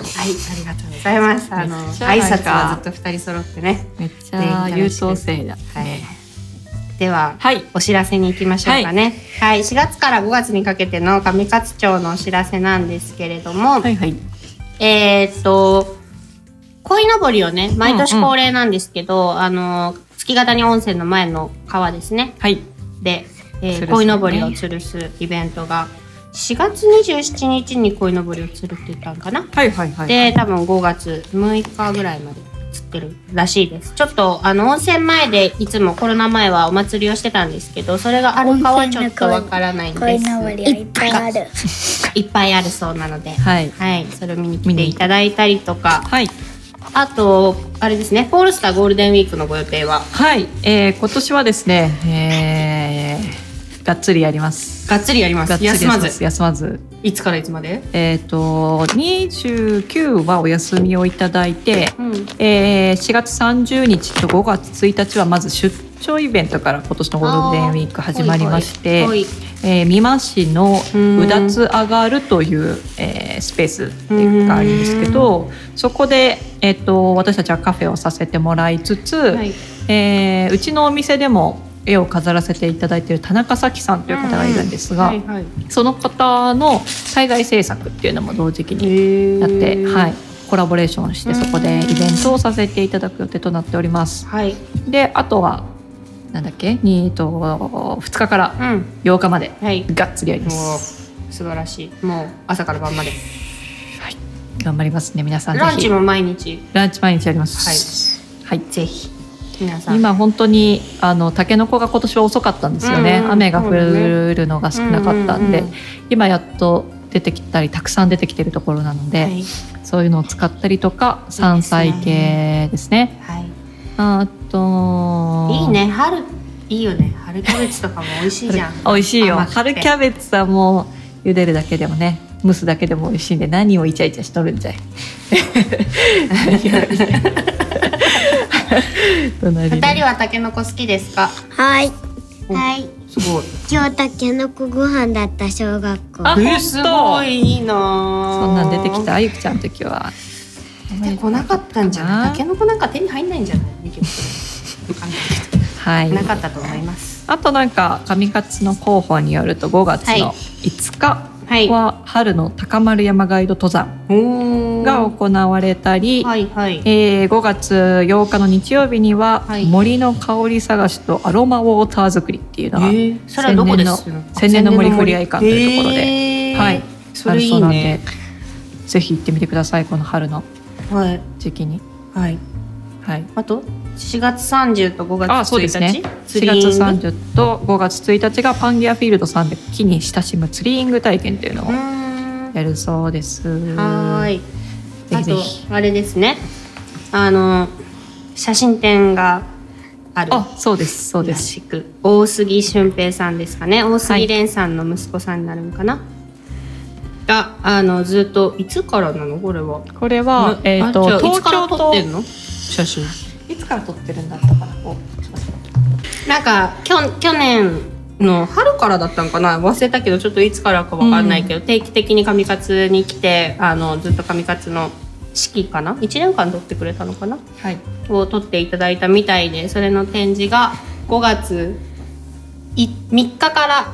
[SPEAKER 1] りがとうございます。あの
[SPEAKER 3] めっちゃ
[SPEAKER 1] 挨
[SPEAKER 3] なん
[SPEAKER 1] 拶は
[SPEAKER 3] か
[SPEAKER 1] ずっと二人揃ってね。
[SPEAKER 3] めっちゃ優等生だ。
[SPEAKER 1] はい。では、
[SPEAKER 3] はい。
[SPEAKER 1] お知らせに行きましょうかね。はい、4月から5月にかけての上勝町のお知らせなんですけれども、
[SPEAKER 3] はいはい。
[SPEAKER 1] えーっと、鯉のぼりをね、毎年恒例なんですけど、あの、月形に温泉の前の川ですね。
[SPEAKER 3] はい。
[SPEAKER 1] で、え
[SPEAKER 3] 吊るす
[SPEAKER 1] ー、
[SPEAKER 3] ね
[SPEAKER 1] 鯉のぼりを吊るすイベントが、4月27日に鯉のぼりを吊るって言ったんかな。
[SPEAKER 3] はいはいはい。
[SPEAKER 1] で、多分5月6日ぐらいまで釣ってるらしいです。ちょっと、あの、温泉前でいつもコロナ前はお祭りをしてたんですけど、それがあるかはちょっとわからないん
[SPEAKER 9] こい
[SPEAKER 1] です。
[SPEAKER 9] のぼりはいっぱいある。
[SPEAKER 1] いっぱいあるそうなので、
[SPEAKER 3] はい。
[SPEAKER 1] はい、それを見に来ていただいたりとか、
[SPEAKER 3] はい。
[SPEAKER 1] あと、あれですね、ポールスターゴールデンウィークのご予定は、
[SPEAKER 3] はい。えー、今年はですね、えー、がっつりやります。
[SPEAKER 1] がっつりやりま
[SPEAKER 3] がっ
[SPEAKER 1] す。
[SPEAKER 3] つりや
[SPEAKER 1] 休
[SPEAKER 3] り
[SPEAKER 1] ま
[SPEAKER 3] ま
[SPEAKER 1] ず
[SPEAKER 3] す。。休まず。
[SPEAKER 1] いつからいつまで
[SPEAKER 3] えっ、と、29はお休みをいただいて、
[SPEAKER 1] うん。
[SPEAKER 3] えー4月30日と5月1日はまず出張イベントから今年のゴールデンウィーク始まりまして
[SPEAKER 1] はい。
[SPEAKER 3] えー美馬市の
[SPEAKER 1] ん
[SPEAKER 3] うだつ上がるという、えースペースっていうかあるんですけどそこで、えー、と私たちはカフェをさせてもらいつつ、
[SPEAKER 1] はい。
[SPEAKER 3] えーうちのお店でも絵を飾らせていただいている田中咲さんという方がいるんですが、
[SPEAKER 1] はい。はい。
[SPEAKER 3] その方の海外制作っていうのも同時期に
[SPEAKER 1] へ
[SPEAKER 3] やって、
[SPEAKER 1] ー
[SPEAKER 3] はい、コラボレーションしてそこでイベントをさせていただく予定となっております。
[SPEAKER 1] はい。
[SPEAKER 3] であとはなんだっけにえっと2日から
[SPEAKER 1] うん。
[SPEAKER 3] 8日まで
[SPEAKER 1] はい。
[SPEAKER 3] がっつりやりま
[SPEAKER 1] もう
[SPEAKER 3] す。
[SPEAKER 1] 素晴らしい。もう朝から晩まで。
[SPEAKER 3] 頑張りますね皆さんぜ
[SPEAKER 1] ランチ
[SPEAKER 3] ひ
[SPEAKER 1] も毎日。
[SPEAKER 3] ランチ毎日やります。はい、
[SPEAKER 1] ぜひ。皆さん。
[SPEAKER 3] 今本当にあのタケノコが今年は遅かったんですよね、
[SPEAKER 1] うんうん
[SPEAKER 3] 雨が降るのが少なかったんで、
[SPEAKER 1] うんうんうん
[SPEAKER 3] 今やっと出てきたりたくさん出てきてるところなので、
[SPEAKER 1] はい。
[SPEAKER 3] そういうのを使ったりとか
[SPEAKER 1] すね
[SPEAKER 3] 山菜系ですね
[SPEAKER 1] はい。
[SPEAKER 3] あと
[SPEAKER 1] いいね。春。いいよね。春キャベツとかも美味しいじ
[SPEAKER 3] *laughs*
[SPEAKER 1] ゃん。
[SPEAKER 3] 美味しいよ
[SPEAKER 1] 甘くて
[SPEAKER 3] 春キャベツはもう茹でるだけでもね蒸すだけでも美味しいんで何をイチャイチャしとるん
[SPEAKER 1] *laughs*
[SPEAKER 3] じゃい隣で
[SPEAKER 1] 二人はタケノコ好きですか。
[SPEAKER 5] はい。
[SPEAKER 1] うん
[SPEAKER 5] はい。
[SPEAKER 1] すごい。
[SPEAKER 5] 今日たけのこご飯だった小学校。
[SPEAKER 3] あ
[SPEAKER 1] えすご
[SPEAKER 3] 本
[SPEAKER 1] いいいな
[SPEAKER 3] 当
[SPEAKER 1] あ。
[SPEAKER 3] そんなん出てきたあゆきちゃんの時は
[SPEAKER 1] 出てこなかったんじゃない。タケノコなんか手に入んないんじゃない。見てみてわかんないけ
[SPEAKER 3] はい
[SPEAKER 1] どなかったと思います。
[SPEAKER 3] あとなんか上勝の広報によると5月の5日
[SPEAKER 1] はい。
[SPEAKER 3] は春の高丸山ガイド登山
[SPEAKER 1] おー
[SPEAKER 3] が行われたり、
[SPEAKER 1] はいはい。
[SPEAKER 3] えー5月8日の日曜日には
[SPEAKER 1] はい
[SPEAKER 3] 森の香り探しとアロマウォーター作りっていうのが、
[SPEAKER 1] えーそれはどこです
[SPEAKER 3] 千年の森ふれあい館というところで
[SPEAKER 1] えー
[SPEAKER 3] はい
[SPEAKER 1] それいい
[SPEAKER 3] あるそうなん
[SPEAKER 1] ね
[SPEAKER 3] でぜひ行ってみてくださいこの春の
[SPEAKER 1] はい
[SPEAKER 3] 時期に。
[SPEAKER 1] はい
[SPEAKER 3] はい、
[SPEAKER 1] あと4月30と5月1日
[SPEAKER 3] あそうですね4
[SPEAKER 1] 釣り
[SPEAKER 3] 月30と5月1日がパンギアフィールドさんで木に親しむツリーイング体験というの
[SPEAKER 1] う
[SPEAKER 3] を
[SPEAKER 1] ーん
[SPEAKER 3] やるそうです。
[SPEAKER 1] はーい
[SPEAKER 3] ぜひぜひ
[SPEAKER 1] あとあれですねあの写真展がある
[SPEAKER 3] あ、そうです、そうで
[SPEAKER 1] ら
[SPEAKER 3] す。
[SPEAKER 1] しく大杉俊平さんですかね大杉蓮さんの息子さんになるのかな、があのずっといつからなのこれは
[SPEAKER 3] これは、えっ、
[SPEAKER 1] じゃ
[SPEAKER 3] と、
[SPEAKER 1] あいつ
[SPEAKER 3] 東
[SPEAKER 1] から
[SPEAKER 3] 京
[SPEAKER 1] 撮っ
[SPEAKER 3] と。
[SPEAKER 1] てんの写真
[SPEAKER 3] いつから撮ってるんだったかな。お
[SPEAKER 1] なんかきょ去年の春からだったのかな忘れたけどちょっといつからかわかんないけど、定期的に上勝に来てあのずっと上勝の式かな1年間撮ってくれたのかな
[SPEAKER 3] はい。
[SPEAKER 1] を撮っていただいたみたいでそれの展示が5月い3日から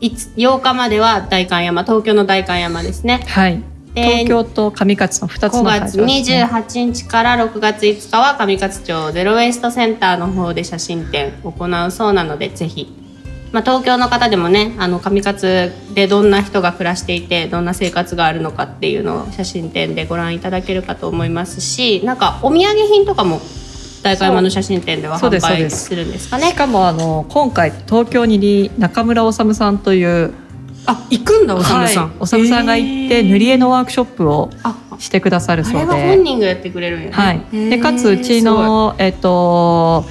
[SPEAKER 1] いつ8日までは代官山東京の代官山ですね。
[SPEAKER 3] はい。
[SPEAKER 1] で
[SPEAKER 3] 東京と上勝の二つの
[SPEAKER 1] 5
[SPEAKER 3] 会場
[SPEAKER 1] 月
[SPEAKER 3] ですね、
[SPEAKER 1] 28日から6月5日は上勝町ゼロウェイストセンターの方で写真展を行うそうなのでぜひ、まあ、東京の方でもねあの上勝でどんな人が暮らしていてどんな生活があるのかっていうのを写真展でご覧いただけるかと思いますしなんかお土産品とかも代官山の写真展では
[SPEAKER 3] そう
[SPEAKER 1] 販
[SPEAKER 3] そう
[SPEAKER 1] 売
[SPEAKER 3] です
[SPEAKER 1] するんですか
[SPEAKER 3] し
[SPEAKER 1] ね。
[SPEAKER 3] かもあの今回東京にり中村治さんという
[SPEAKER 8] あ、行くんだ、おさむさん。
[SPEAKER 3] はい、治さんが行って塗り絵のワークショップを
[SPEAKER 1] あ
[SPEAKER 3] してくださる
[SPEAKER 1] あ
[SPEAKER 3] そ
[SPEAKER 1] れ
[SPEAKER 3] うで
[SPEAKER 1] は本人がやってくれるんやね。
[SPEAKER 3] はい、でかつうちの、えっと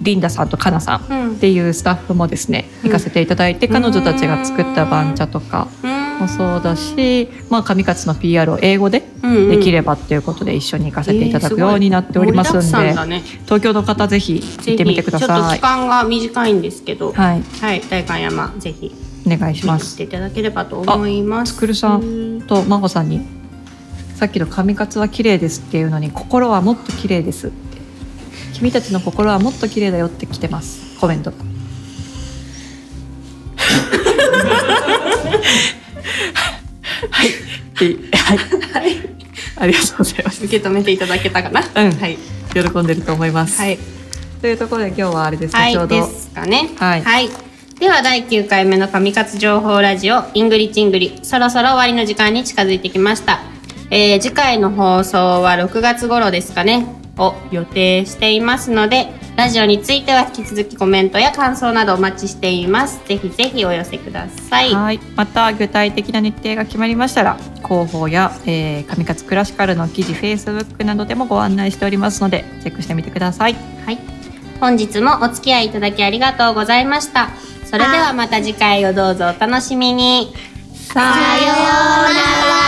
[SPEAKER 3] リンダさんとカナさん
[SPEAKER 1] うん
[SPEAKER 3] っていうスタッフもですね行かせていただいて、彼女たちが作った番茶とか
[SPEAKER 1] うーん
[SPEAKER 3] もそうだし、まあ、上勝の PR を英語でできればということで一緒に行かせていただくようになっておりますん
[SPEAKER 8] 盛
[SPEAKER 3] で、
[SPEAKER 8] りだくさんだね
[SPEAKER 3] 東京の方ぜひ行ってみてくだ
[SPEAKER 1] ぜひちょっと
[SPEAKER 3] さ
[SPEAKER 1] 期
[SPEAKER 3] い。
[SPEAKER 1] 間が短いんですけど、はい、
[SPEAKER 3] はい、
[SPEAKER 1] 代官山ぜひ
[SPEAKER 3] お願い
[SPEAKER 1] 見
[SPEAKER 3] し
[SPEAKER 1] に
[SPEAKER 3] ま
[SPEAKER 1] 来
[SPEAKER 3] す。
[SPEAKER 1] ていただければと思いま
[SPEAKER 3] ス
[SPEAKER 1] す。
[SPEAKER 3] クールさんと真帆さんにさっきの上勝は綺麗ですっていうのに心はもっと綺麗ですって君たちの心はもっと綺麗だよって来てますコメントが。はい、ではい、ありがとうございます。
[SPEAKER 1] 受け止めていただけたかな。
[SPEAKER 3] うん
[SPEAKER 1] はい。
[SPEAKER 3] 喜んでると思います。
[SPEAKER 1] はい。
[SPEAKER 3] というところで今日はあれですか、
[SPEAKER 1] は
[SPEAKER 3] ちょ
[SPEAKER 1] い、
[SPEAKER 3] うど
[SPEAKER 1] ですかね。
[SPEAKER 3] はい
[SPEAKER 1] では第9回目の上勝情報ラジオイングリッチイングリそろそろ終わりの時間に近づいてきました、えー次回の放送は6月頃ですかねを予定していますのでラジオについては引き続きコメントや感想などお待ちしていますぜひぜひお寄せください
[SPEAKER 3] はい、また具体的な日程が決まりましたら広報や、えー、上勝クラシカルの記事 Facebook などでもご案内しておりますのでチェックしてみてください
[SPEAKER 1] はい、本日もお付き合いいただきありがとうございましたそれではまた次回をどうぞお楽しみに
[SPEAKER 3] さようなら